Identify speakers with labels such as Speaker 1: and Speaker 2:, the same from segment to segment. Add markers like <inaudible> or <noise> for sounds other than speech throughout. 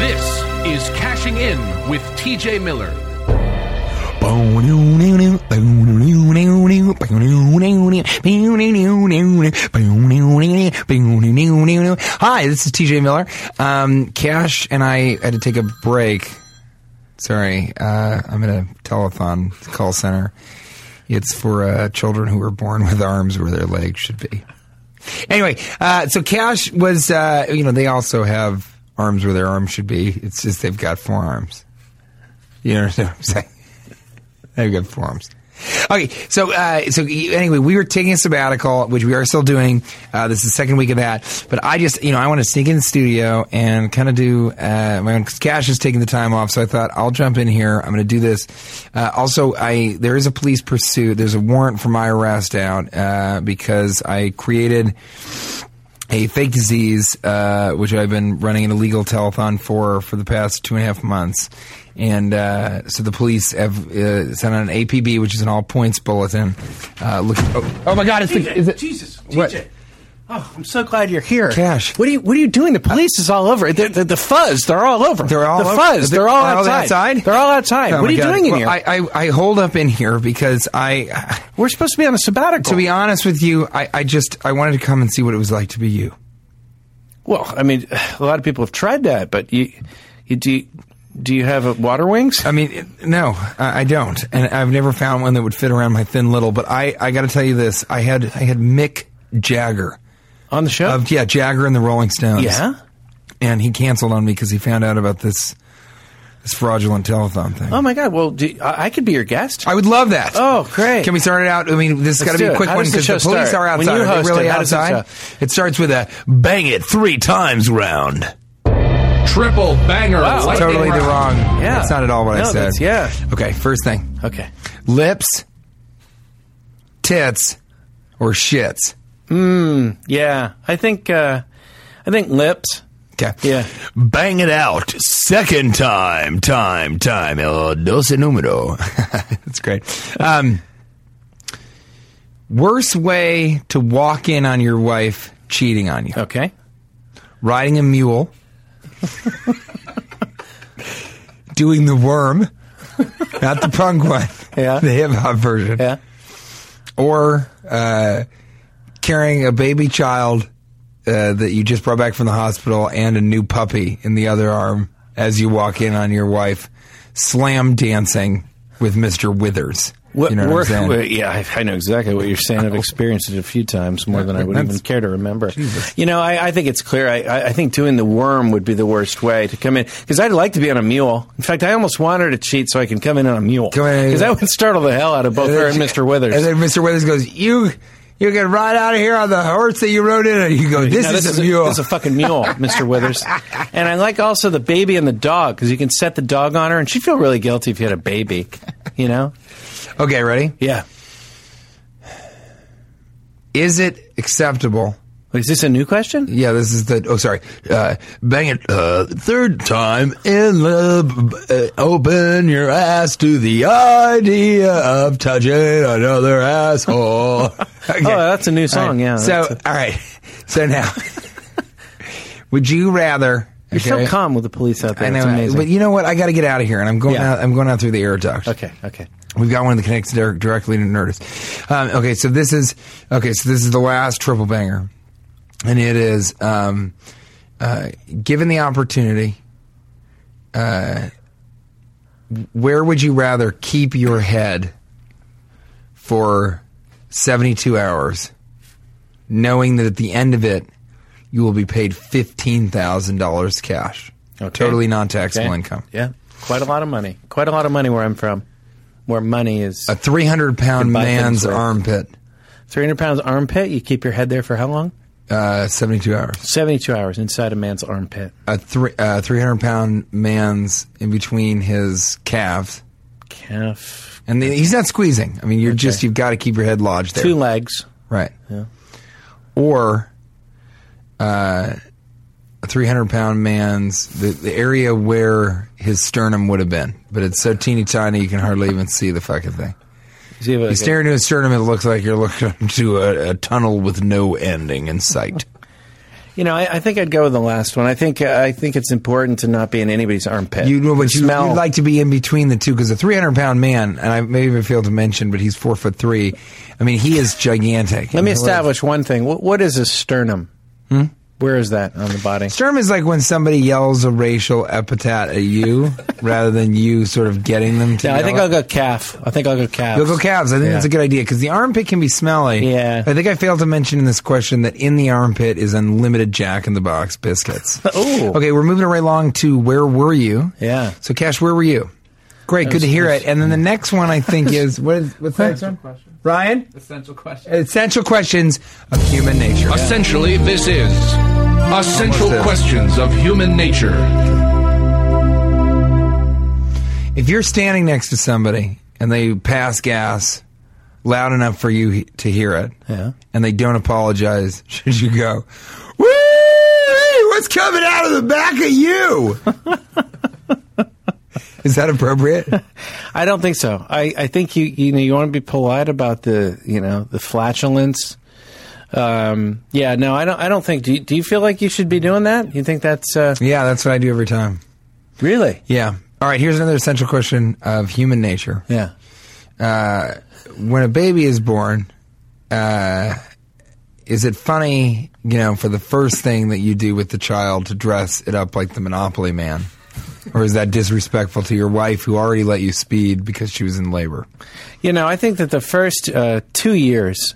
Speaker 1: This is Cashing In with TJ Miller.
Speaker 2: Hi, this is TJ Miller. Um, Cash and I had to take a break. Sorry, uh, I'm in a telethon call center. It's for uh, children who were born with arms where their legs should be. Anyway, uh, so Cash was, uh, you know, they also have arms where their arms should be. It's just they've got four arms. You understand what I'm saying? <laughs> They've got four arms. Okay, so uh, so anyway, we were taking a sabbatical, which we are still doing. Uh, this is the second week of that. But I just, you know, I want to sneak in the studio and kind of do uh, my own. Cause Cash is taking the time off, so I thought I'll jump in here. I'm going to do this. Uh, also, I there is a police pursuit. There's a warrant for my arrest out uh, because I created a fake disease, uh, which I've been running an illegal telethon for for the past two and a half months. And uh, so the police have uh, sent out an APB, which is an all points bulletin. Uh, look, oh, oh my God, it's the, is it
Speaker 3: Jesus,
Speaker 2: What?
Speaker 3: TJ. Oh, I'm so glad you're here.
Speaker 2: Cash.
Speaker 3: What are you What are you doing? The police is all over. The, the, the fuzz, they're all over.
Speaker 2: They're all
Speaker 3: the
Speaker 2: over-
Speaker 3: fuzz. They're all
Speaker 2: are they
Speaker 3: outside.
Speaker 2: outside?
Speaker 3: They're all outside.
Speaker 2: Oh my
Speaker 3: what are you
Speaker 2: God.
Speaker 3: doing in
Speaker 2: Well,
Speaker 3: here?
Speaker 2: I, I I hold up in here because I,
Speaker 3: We're supposed to be on a sabbatical.
Speaker 2: to be honest with you, I, I just I wanted to come and see what it was like to be you.
Speaker 3: well, I mean, a lot of people have tried that, but you, you do. You, do you have uh water wings?
Speaker 2: I mean, it- no, I I don't, and I've never found one that would fit around my thin little. But I, I got to tell you this: I had, I had Mick Jagger
Speaker 3: on the show?
Speaker 2: of yeah, Jagger and the Rolling Stones.
Speaker 3: Um, yeah.
Speaker 2: and he canceled on me because he found out about this, this fraudulent telethon thing.
Speaker 3: Oh my God. Well, do, I, I could be your guest.
Speaker 2: I would love that.
Speaker 3: Oh, great.
Speaker 2: Can we start it out? I mean, this has got
Speaker 3: Let's
Speaker 2: to be
Speaker 3: do
Speaker 2: a
Speaker 3: it.
Speaker 2: quick
Speaker 3: How
Speaker 2: one
Speaker 3: does the
Speaker 2: because
Speaker 3: show
Speaker 2: the police
Speaker 3: start?
Speaker 2: are
Speaker 3: When you
Speaker 2: outside. Are
Speaker 3: host
Speaker 2: they really
Speaker 3: it, how does it
Speaker 2: outside?
Speaker 3: start?
Speaker 2: It starts with a bang it three times round.
Speaker 1: Triple banger.
Speaker 3: Wow.
Speaker 1: lightning
Speaker 2: Totally the
Speaker 1: round.
Speaker 2: wrong.
Speaker 3: Yeah.
Speaker 2: That's not at all what I
Speaker 3: No,
Speaker 2: said.
Speaker 3: that's- yeah.
Speaker 2: Okay, first thing.
Speaker 3: okay.
Speaker 2: Lips, tits, or shits.
Speaker 3: Yeah. I think. Uh, I think lips.
Speaker 2: Okay.
Speaker 3: Yeah.
Speaker 2: Bang it out. Second time, time, time. El doce número. <laughs> That's great. Um, worst way to walk in on your wife cheating on you
Speaker 3: Okay.
Speaker 2: riding a
Speaker 3: <laughs>
Speaker 2: mule, doing the worm, not the punk one,
Speaker 3: Yeah.
Speaker 2: the hip hop version,
Speaker 3: Yeah.
Speaker 2: or uh, carrying a baby child uh, that you just brought back from the hospital and a new puppy in the other arm as you walk in on your wife, slam dancing with Mr. Withers.
Speaker 3: What,
Speaker 2: you know what I'm
Speaker 3: work-
Speaker 2: saying?
Speaker 3: well, <laughs> yeah, I, I know exactly what you're saying. I've experienced it a few times more than I would even
Speaker 2: That's-
Speaker 3: care to remember. You know, I, I think it's clear. I- I, I think doing the worm would be the worst way to come in because I'd like to be on a mule. In fact, I almost want her to cheat so I can come in on a mule
Speaker 2: Come in-
Speaker 3: because that would startle the hell out of both
Speaker 2: And
Speaker 3: her
Speaker 2: then
Speaker 3: and
Speaker 2: she-
Speaker 3: Mr. Withers.
Speaker 2: And then Mr. Withers goes, "You, you can ride out of here on the horse that you rode in." And you go, "This,
Speaker 3: No,
Speaker 2: is, a mule."
Speaker 3: this is a fucking
Speaker 2: <laughs>
Speaker 3: mule, Mr. Withers. And I like also the baby and the dog because you can set the dog on her and she'd feel really guilty if you had a baby. You know?
Speaker 2: okay, ready?
Speaker 3: Yeah.
Speaker 2: Is it acceptable?
Speaker 3: Is this a new question?
Speaker 2: Yeah, this is the. Oh, sorry. Uh, bang it. Uh, third time in the. Uh, open your ass to the idea of touching another
Speaker 3: <laughs>
Speaker 2: asshole. okay.
Speaker 3: Oh, that's a new song. Yeah.
Speaker 2: So,
Speaker 3: that's a-
Speaker 2: all right. So
Speaker 3: <laughs>
Speaker 2: now, would you rather?
Speaker 3: You're
Speaker 2: okay,
Speaker 3: so calm with the police out there.
Speaker 2: I know,
Speaker 3: it's amazing.
Speaker 2: but you know what? I got to get out of here, and I'm going
Speaker 3: Yeah.
Speaker 2: out. I'm going out through the air duct.
Speaker 3: okay, okay.
Speaker 2: We've got one that connects dir- directly to Nerdist. Um, okay, so this is okay. So this is the last triple banger, and it is um, uh, given the opportunity. Uh, where would you rather keep your head for seventy-two hours, knowing that at the end of it you will be paid fifteen thousand dollars cash,
Speaker 3: Okay.
Speaker 2: totally non-taxable
Speaker 3: Okay.
Speaker 2: income,
Speaker 3: Yeah, quite a lot of money. Quite a lot of money where I'm from. Where money is
Speaker 2: a three hundred
Speaker 3: Can
Speaker 2: pound
Speaker 3: buy things
Speaker 2: man's
Speaker 3: with.
Speaker 2: armpit.
Speaker 3: 300 pounds armpit. You keep your head there for how long?
Speaker 2: Uh, 72 hours.
Speaker 3: 72 hours inside a man's armpit.
Speaker 2: A three, uh, 300 pound man's in between his calves.
Speaker 3: Calf.
Speaker 2: And then he's not squeezing. I mean, you're just, you've got to keep your head lodged there.
Speaker 3: Two legs.
Speaker 2: Right. Yeah. Or uh, a 300 pound man's, the, the area where his sternum would have been. But it's so teeny tiny you can hardly even see the fucking thing.
Speaker 3: Does he have a-
Speaker 2: You stare into his sternum, it looks like you're looking <laughs> into a, a tunnel with no ending in sight.
Speaker 3: You know, I, I think I'd go with the last one. I think I think it's important to not be in anybody's armpit.
Speaker 2: You know, but you,
Speaker 3: smell.
Speaker 2: would like to be in between the two because a 300 pound man, and I may even fail to mention, but he's four foot three. I mean, he is gigantic.
Speaker 3: Let me
Speaker 2: And he lives-
Speaker 3: establish one thing. What, what is a sternum?
Speaker 2: Hmm?
Speaker 3: Where is that on the body?
Speaker 2: Sternum is like when somebody yells a racial epithet at
Speaker 3: <laughs>
Speaker 2: you rather than you sort of getting them to.
Speaker 3: Yeah, I think I'll
Speaker 2: yell it.
Speaker 3: go calf. I think I'll go calf.
Speaker 2: You'll go calves. I think
Speaker 3: Yeah.
Speaker 2: that's a good idea because the armpit can be smelly.
Speaker 3: Yeah.
Speaker 2: I think I failed to mention in this question that in the armpit is unlimited Jack in the Box biscuits.
Speaker 3: <laughs> Ooh.
Speaker 2: Okay, we're moving right along to where were you?
Speaker 3: Yeah.
Speaker 2: So, Cash, where were you? Great, good to hear it. And then the next one I
Speaker 3: <laughs>
Speaker 2: think is what is what's the next one? Ryan,
Speaker 4: Essential question.
Speaker 2: essential questions of human nature.
Speaker 1: Essentially, this is Essential
Speaker 2: Almost is.
Speaker 1: Questions of Human Nature.
Speaker 2: If you're standing next to somebody and they pass gas loud enough for you he- to hear it,
Speaker 3: Yeah.
Speaker 2: and they don't apologize, <laughs> should you go? Whee! What's coming out of the back of you? <laughs> is that appropriate?
Speaker 3: I don't think so. I, I think you you know you want to be polite about the you know the flatulence. Um, yeah, no, I don't. I don't think. Do you, do you feel like you should be doing that? You think that's uh,
Speaker 2: Yeah, that's what I do every time.
Speaker 3: really?
Speaker 2: Yeah. All right. Here's another essential question of human nature.
Speaker 3: Yeah.
Speaker 2: when a baby is born, uh, is it funny, you know, for the first thing that you do with the child to dress it up like the Monopoly man? Or is that disrespectful to your wife who already let you speed because she was in labor?
Speaker 3: You know, I think that the first uh, two years,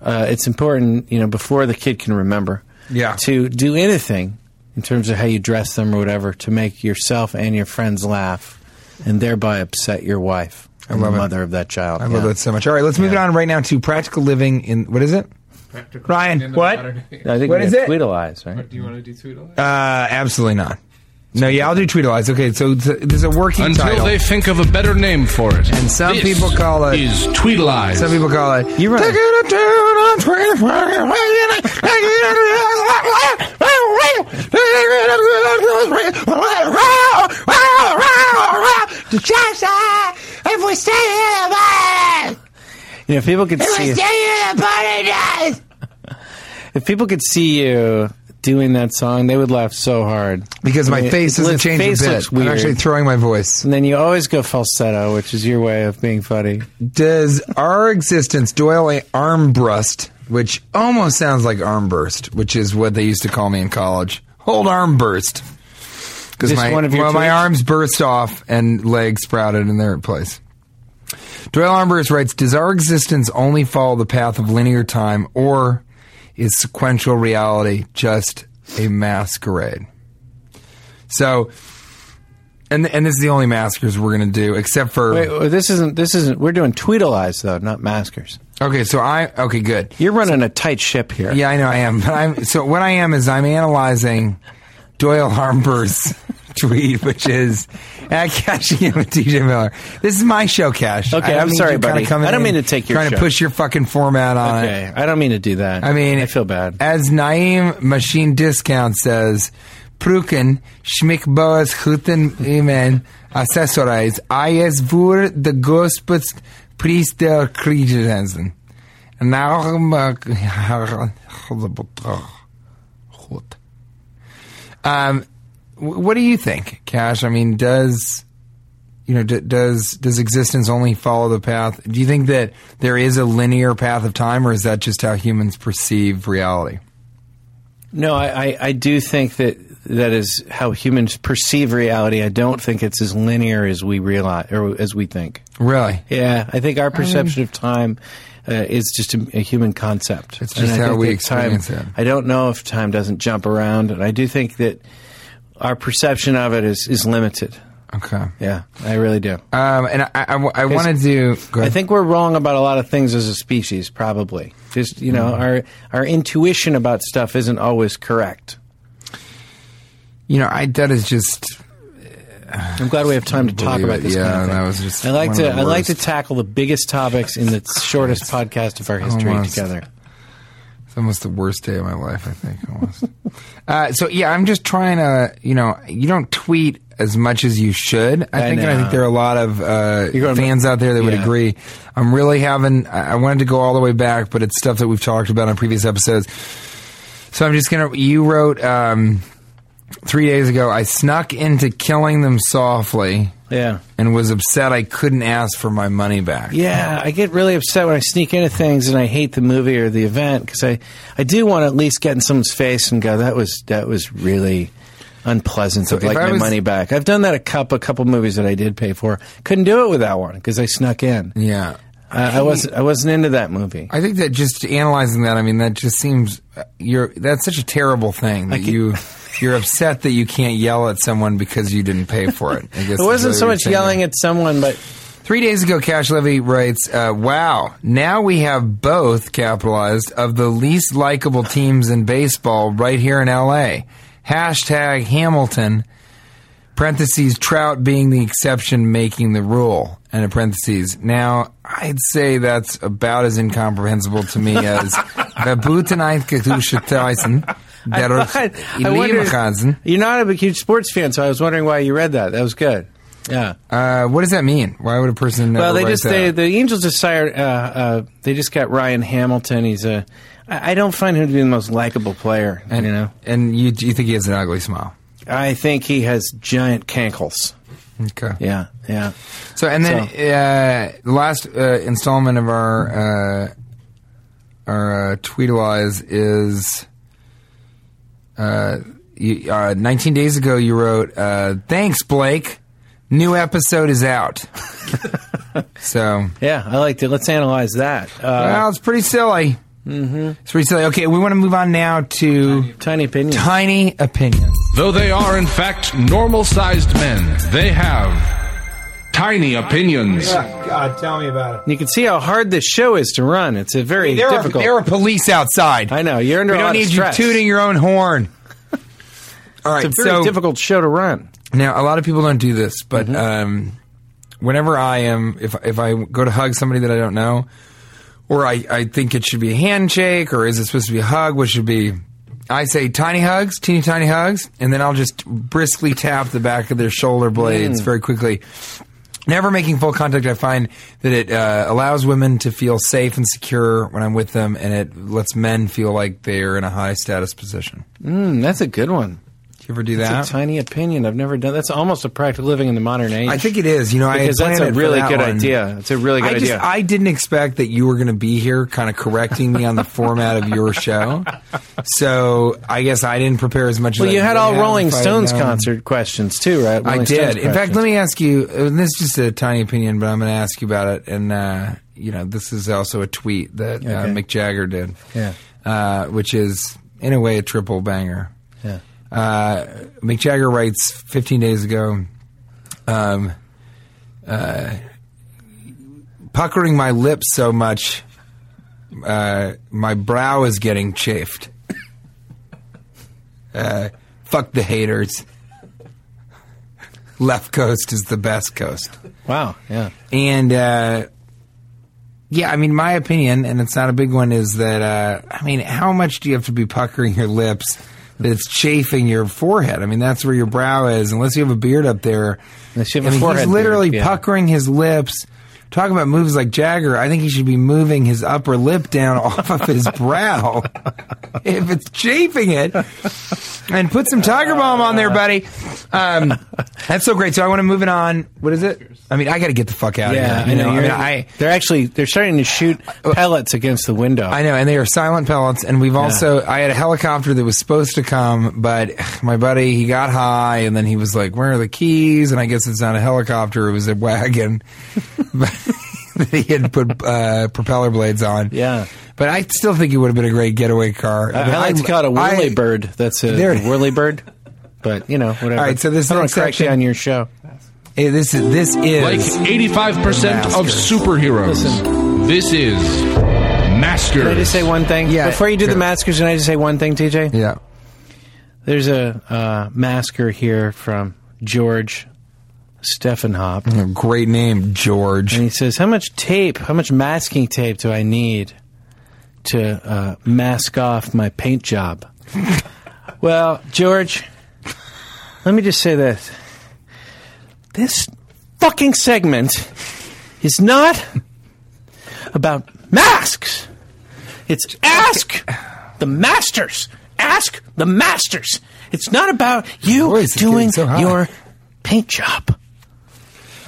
Speaker 3: uh, it's important. You know, before the kid can remember.
Speaker 2: Yeah.
Speaker 3: To do anything in terms of how you dress them or whatever to make yourself and your friends laugh, and thereby upset your wife and
Speaker 2: love
Speaker 3: the
Speaker 2: it.
Speaker 3: mother of that child.
Speaker 2: I love
Speaker 3: Yeah.
Speaker 2: that so much. All right, let's move it on right now to practical living in what is it?
Speaker 4: Practical
Speaker 2: Ryan,
Speaker 4: in the
Speaker 2: what?
Speaker 4: modern age.
Speaker 3: I think
Speaker 2: What
Speaker 3: we
Speaker 2: is
Speaker 3: have
Speaker 2: it?
Speaker 3: Tweedleize, right?
Speaker 4: Or do you want to do Tweedle?
Speaker 2: Uh, absolutely not. No, yeah, I'll do Tweedleize. Okay, so th- there's a working
Speaker 1: Until
Speaker 2: title.
Speaker 1: they think of a better name for it.
Speaker 2: And some
Speaker 1: This
Speaker 2: people call it-
Speaker 1: Is Tweedleize.
Speaker 2: Some people call it.
Speaker 3: You're right.
Speaker 2: Taking a tune on Twitter, fucking waiting, taking a tune on- taking a tune on- The Chelsea, if we stay in the party,
Speaker 3: You know, if people could
Speaker 2: if
Speaker 3: see
Speaker 2: we stay in the party, guys.
Speaker 3: if people could see you doing that song, they would laugh so hard.
Speaker 2: Because my
Speaker 3: Yeah,
Speaker 2: face doesn't
Speaker 3: look,
Speaker 2: change
Speaker 3: face
Speaker 2: a bit.
Speaker 3: looks
Speaker 2: I'm
Speaker 3: weird.
Speaker 2: actually throwing my voice.
Speaker 3: And then you always go falsetto, which is your way of being funny.
Speaker 2: Does our existence, Doyle a Armbrust, which almost sounds like Armburst, which is what they used to call me in college. Hold Armburst. Because
Speaker 3: Just
Speaker 2: my,
Speaker 3: one of your
Speaker 2: well, my
Speaker 3: tweets?
Speaker 2: arms burst off and legs sprouted in their place. Doyle Armburst writes Does our existence only follow the path of linear time, or is sequential reality just a masquerade? So. And, and this is the only maskers we're going to do, except for
Speaker 3: Wait, wait, this isn't this isn't. We're doing Tweedleize though, not Maskers.
Speaker 2: okay. So I okay, good.
Speaker 3: You're running a tight ship here.
Speaker 2: Yeah, I know I am. But I'm so what I am is I'm analyzing Doyle Harmber's <laughs> tweet, which is at Cashium and TJ Miller. This is my show, Cash.
Speaker 3: Okay,
Speaker 2: I don't
Speaker 3: I'm
Speaker 2: mean
Speaker 3: sorry,
Speaker 2: you kinda
Speaker 3: buddy.
Speaker 2: coming
Speaker 3: I don't
Speaker 2: in
Speaker 3: mean to take your
Speaker 2: trying
Speaker 3: show.
Speaker 2: to push your fucking format on it.
Speaker 3: Okay, I don't mean to do that.
Speaker 2: I mean,
Speaker 3: I feel bad.
Speaker 2: As Naeem Machine Discount says, Pruken, Schmickboas, Huten, Amen, Accessorize, IS Vur, the Gospels, Priest der Kriegerensen. Um, wh- what do you think, Cash? I mean, does you know, d- does does existence only follow the path? Do you think that there is a linear path of time, or is that just how humans perceive reality?
Speaker 3: No, I, I, I do think that that is how humans perceive reality. I don't think it's as linear as we realize or as we think.
Speaker 2: Really,
Speaker 3: Yeah, I think our perception of time uh, is just a, a human concept.
Speaker 2: It's just
Speaker 3: And I
Speaker 2: how
Speaker 3: think
Speaker 2: we
Speaker 3: that
Speaker 2: experience
Speaker 3: time,
Speaker 2: it.
Speaker 3: I don't know if time doesn't jump around, and I do think that our perception of it is, is limited.
Speaker 2: Okay.
Speaker 3: Yeah, I really do.
Speaker 2: Um, and I, I, I wanted to. Go
Speaker 3: I
Speaker 2: ahead.
Speaker 3: think we're wrong about a lot of things as a species, probably. Just you know,
Speaker 2: Mm-hmm.
Speaker 3: our our intuition about stuff isn't always correct.
Speaker 2: you know, I that is just
Speaker 3: I'm glad we have time to talk
Speaker 2: Believe
Speaker 3: about
Speaker 2: it.
Speaker 3: this.
Speaker 2: Yeah,
Speaker 3: kind of thing.
Speaker 2: that was just
Speaker 3: I like
Speaker 2: one
Speaker 3: to
Speaker 2: of the
Speaker 3: I like to
Speaker 2: worst.
Speaker 3: tackle the biggest topics in the shortest podcast of our history
Speaker 2: Almost.
Speaker 3: together.
Speaker 2: It's almost the worst day of my life, I think, almost. <laughs> uh, so, yeah, I'm just trying to, you know, you don't tweet as much as you should, I,
Speaker 3: I
Speaker 2: think. And I
Speaker 3: know.
Speaker 2: think there are a lot of
Speaker 3: You're
Speaker 2: uh,
Speaker 3: going-
Speaker 2: fans out there that would
Speaker 3: Yeah.
Speaker 2: agree. I'm really having, I I wanted to go all the way back, but it's stuff that we've talked about on previous episodes. So I'm just going to, you wrote um, three days ago, I snuck into killing them softly
Speaker 3: Yeah.
Speaker 2: and was upset I couldn't ask for my money back.
Speaker 3: Yeah, I get really upset when I sneak into things and I hate the movie or the event because I, I do want to at least get in someone's face and go, that was that was really unpleasant. So
Speaker 2: if
Speaker 3: like
Speaker 2: I
Speaker 3: my
Speaker 2: was-
Speaker 3: money back. I've done that a couple a couple movies that I did pay for. Couldn't do it with that one because I snuck in.
Speaker 2: Yeah.
Speaker 3: I, I wasn't I wasn't into that movie.
Speaker 2: I think that just analyzing that, I mean, that just seems uh, you're that's such a terrible thing that you you're upset that you can't yell at someone because you didn't pay for it.
Speaker 3: <laughs>
Speaker 2: I guess
Speaker 3: It wasn't so much yelling at someone, but
Speaker 2: Three days ago, Cash Levy writes, uh, "Wow, now we have both capitalized of the least likable teams in baseball right here in L.A." Hashtag Hamilton. Parentheses Trout being the exception, making the rule. And a parentheses. Now, I'd say that's about as incomprehensible to me
Speaker 3: <laughs>
Speaker 2: as Babuteneinkatusheteisen.
Speaker 3: I, <laughs> I wondered, you're not a huge sports fan, so I was wondering why you read that. That was good. Yeah.
Speaker 2: Uh, what does that mean? Why would a person? Never
Speaker 3: Well, they
Speaker 2: write
Speaker 3: just
Speaker 2: that?
Speaker 3: they, the Angels just hired. Uh, uh, they just got Ryan Hamilton. He's a. I I don't find him to be the most likable player.
Speaker 2: and,
Speaker 3: you know,
Speaker 2: and you, you think he has an ugly smile.
Speaker 3: I think he has giant cankles.
Speaker 2: Okay.
Speaker 3: Yeah, yeah.
Speaker 2: So, and then uh, the last uh, installment of our uh, our uh, tweetalize is. Uh, you, uh, 19 days ago, you wrote, uh, "Thanks, Blake. New episode is
Speaker 3: <laughs>
Speaker 2: out." so,
Speaker 3: Yeah, I liked it. Let's analyze that. Uh,
Speaker 2: well, it's pretty silly. Mm-hmm. It's pretty silly. Okay, we want to move on now to
Speaker 3: tiny opinion.
Speaker 2: tiny opinions.
Speaker 1: Though they are, in fact, normal sized men, they have tiny opinions.
Speaker 5: God, tell me about it.
Speaker 3: you can see how hard this show is to run. It's a very
Speaker 2: There are,
Speaker 3: difficult.
Speaker 2: there are police outside.
Speaker 3: I know you're under
Speaker 2: We
Speaker 3: a
Speaker 2: don't
Speaker 3: lot
Speaker 2: need
Speaker 3: of stress.
Speaker 2: you tooting your own horn. All right,
Speaker 3: It's a very
Speaker 2: so
Speaker 3: difficult show to run.
Speaker 2: now a lot of people don't do this, but um, whenever I am, if if I go to hug somebody that I don't know, or I, I think it should be a handshake, or is it supposed to be a hug? What should be? I say tiny hugs, teeny tiny hugs, and then I'll just briskly tap the back of their shoulder blades very quickly. Never making full contact, I find that it uh, allows women to feel safe and secure when I'm with them, and it lets men feel like they're in a high status position.
Speaker 3: Hmm, that's a good one.
Speaker 2: Do you ever do
Speaker 3: It's
Speaker 2: that?
Speaker 3: a tiny opinion. I've never done. That's almost a practical living in the modern age.
Speaker 2: I think it is. You know,
Speaker 3: because
Speaker 2: I had
Speaker 3: that's
Speaker 2: planned
Speaker 3: a
Speaker 2: it for
Speaker 3: really
Speaker 2: that
Speaker 3: good
Speaker 2: one.
Speaker 3: idea. It's a really good
Speaker 2: I just
Speaker 3: idea.
Speaker 2: I didn't expect that you were going to be here, kind of correcting me on the format of your show. So I guess I didn't prepare as much.
Speaker 3: Well,
Speaker 2: as
Speaker 3: you
Speaker 2: I
Speaker 3: had
Speaker 2: would
Speaker 3: all
Speaker 2: have
Speaker 3: Rolling
Speaker 2: if I had
Speaker 3: Stones
Speaker 2: known.
Speaker 3: concert questions too, right?
Speaker 2: I
Speaker 3: Rolling
Speaker 2: did.
Speaker 3: Stones
Speaker 2: In fact,
Speaker 3: questions.
Speaker 2: let me ask you. And this is just a tiny opinion, but I'm going to ask you about it. And uh, you know, this is also a tweet that uh,
Speaker 3: Okay.
Speaker 2: Mick Jagger did,
Speaker 3: Yeah.
Speaker 2: uh, which is in a way a triple banger.
Speaker 3: Yeah.
Speaker 2: Uh, Mick Jagger writes 15 days ago, um, uh, puckering my lips so much, uh, my brow is getting chafed. <laughs> Uh, fuck the haters. <laughs> Left coast is the best coast.
Speaker 3: Wow. Yeah.
Speaker 2: And uh, yeah, I mean, my opinion, and it's not a big one, is that uh, I mean, how much do you have to be puckering your lips that it's chafing your forehead? I mean, that's where your brow is, unless you have a beard up there.
Speaker 3: Unless you have
Speaker 2: I
Speaker 3: a
Speaker 2: mean,
Speaker 3: forehead
Speaker 2: he's literally
Speaker 3: beard, yeah.
Speaker 2: puckering his lips. Talk about moves like Jagger. I think he should be moving his upper lip down <laughs> off of his brow <laughs> if it's chafing it. And put some Tiger Balm on
Speaker 3: Uh.
Speaker 2: there, buddy.
Speaker 3: <laughs>
Speaker 2: Um, that's so great. So I want to move it on. What is it? I mean, I got to get the fuck out
Speaker 3: Yeah,
Speaker 2: of here. you
Speaker 3: I know.
Speaker 2: I, mean,
Speaker 3: you're-
Speaker 2: I, Uh,
Speaker 3: they're actually they're starting to shoot pellets against the window.
Speaker 2: I know, and they are silent pellets. And we've also, I had a helicopter that was supposed to come, but my buddy, he got high, and then he was like, "Where are the keys?" And I guess it's not a helicopter; it was a
Speaker 3: <laughs>
Speaker 2: wagon. <laughs> But he had put uh, propeller blades on.
Speaker 3: Yeah.
Speaker 2: but I still think it would have been a great getaway car.
Speaker 3: I, I like to call it a whirly
Speaker 2: Uh, I-
Speaker 3: bird. That's a
Speaker 2: There it-
Speaker 3: whirly bird. But you know, whatever.
Speaker 2: All right, so this
Speaker 3: I don't
Speaker 2: next
Speaker 3: correct you
Speaker 2: section-
Speaker 3: on your show.
Speaker 2: Eh, This is this is
Speaker 1: Like 85% of
Speaker 2: Masters.
Speaker 1: superheroes. This is Masters.
Speaker 3: Can I just say one thing?
Speaker 2: Yeah,
Speaker 3: Before you do
Speaker 2: sure.
Speaker 3: the maskers, can I just say one thing, TJ?
Speaker 2: yeah.
Speaker 3: There's a uh, masker here from George Stephenhop.
Speaker 2: A great name, George.
Speaker 3: And he says, How much tape, how much masking tape do I need to uh, mask off my paint job? <laughs> well, George, let me just say this. This fucking segment is not about masks. It's ask the masters. Ask the masters. It's not about you
Speaker 2: Boy, is it getting
Speaker 3: doing
Speaker 2: so high.
Speaker 3: your paint job.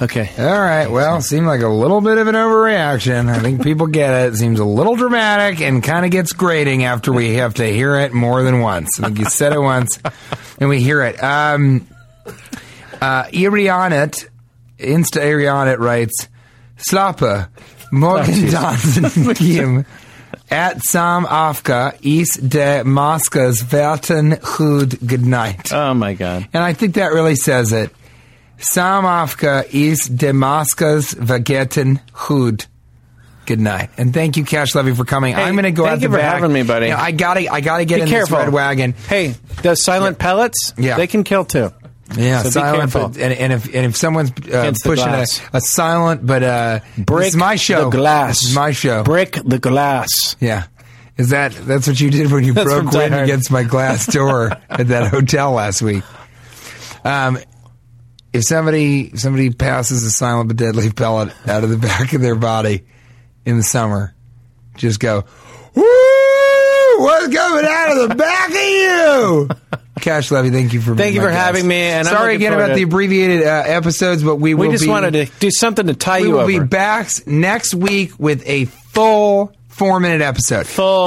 Speaker 3: Okay.
Speaker 2: All right. Well, seemed like a little bit of an overreaction. I think people get it. Seems a little dramatic and kind of gets grating after we have to hear it more than once. I think you said it once, and we hear it. Um, uh, Irianet, Insta Irianet writes, Slapper, Morgen Dansen Kim, at Sam Afka, is de Maskers Werten Hud Goodnight.
Speaker 3: Oh, my God.
Speaker 2: And I think that really says it. Samavka is Damaskas Vageten Hud. Good night, and thank you, Cash Levy, for coming. I'm going to go
Speaker 3: thank
Speaker 2: out
Speaker 3: you
Speaker 2: the
Speaker 3: for
Speaker 2: back.
Speaker 3: having me, buddy.
Speaker 2: You know, I gotta, I gotta get
Speaker 3: Be
Speaker 2: in
Speaker 3: careful.
Speaker 2: this red wagon.
Speaker 3: Hey, those silent pellets,
Speaker 2: Yeah.
Speaker 3: they can kill too.
Speaker 2: Yeah,
Speaker 3: So be
Speaker 2: silent.
Speaker 3: careful.
Speaker 2: But, and, and if and if someone's uh,
Speaker 3: Against the
Speaker 2: pushing a,
Speaker 3: glass.
Speaker 2: a silent, but uh,
Speaker 3: Break
Speaker 2: this is my show.
Speaker 3: the glass.
Speaker 2: This is my show.
Speaker 3: Break the glass.
Speaker 2: Yeah. Is that that's what you did when you
Speaker 3: That's
Speaker 2: broke
Speaker 3: from Die
Speaker 2: wind
Speaker 3: Hard.
Speaker 2: against my
Speaker 3: <laughs>
Speaker 2: glass door at that hotel last week? Um, if somebody if somebody passes a silent but deadly pellet out of the <laughs> back of their body in the summer, just go, Woo! What's coming out of the back of
Speaker 3: <laughs>
Speaker 2: you? Cash Levy, thank you for being
Speaker 3: Thank you
Speaker 2: my
Speaker 3: for
Speaker 2: guest.
Speaker 3: having me, and I'm
Speaker 2: sorry
Speaker 3: looking
Speaker 2: again
Speaker 3: forward
Speaker 2: about
Speaker 3: to-
Speaker 2: the abbreviated uh, episodes, but we
Speaker 3: We
Speaker 2: will
Speaker 3: just
Speaker 2: be-
Speaker 3: wanted to do something to tie
Speaker 2: we
Speaker 3: you
Speaker 2: will
Speaker 3: over.
Speaker 2: be back next week with a full four minute episode.
Speaker 3: Full.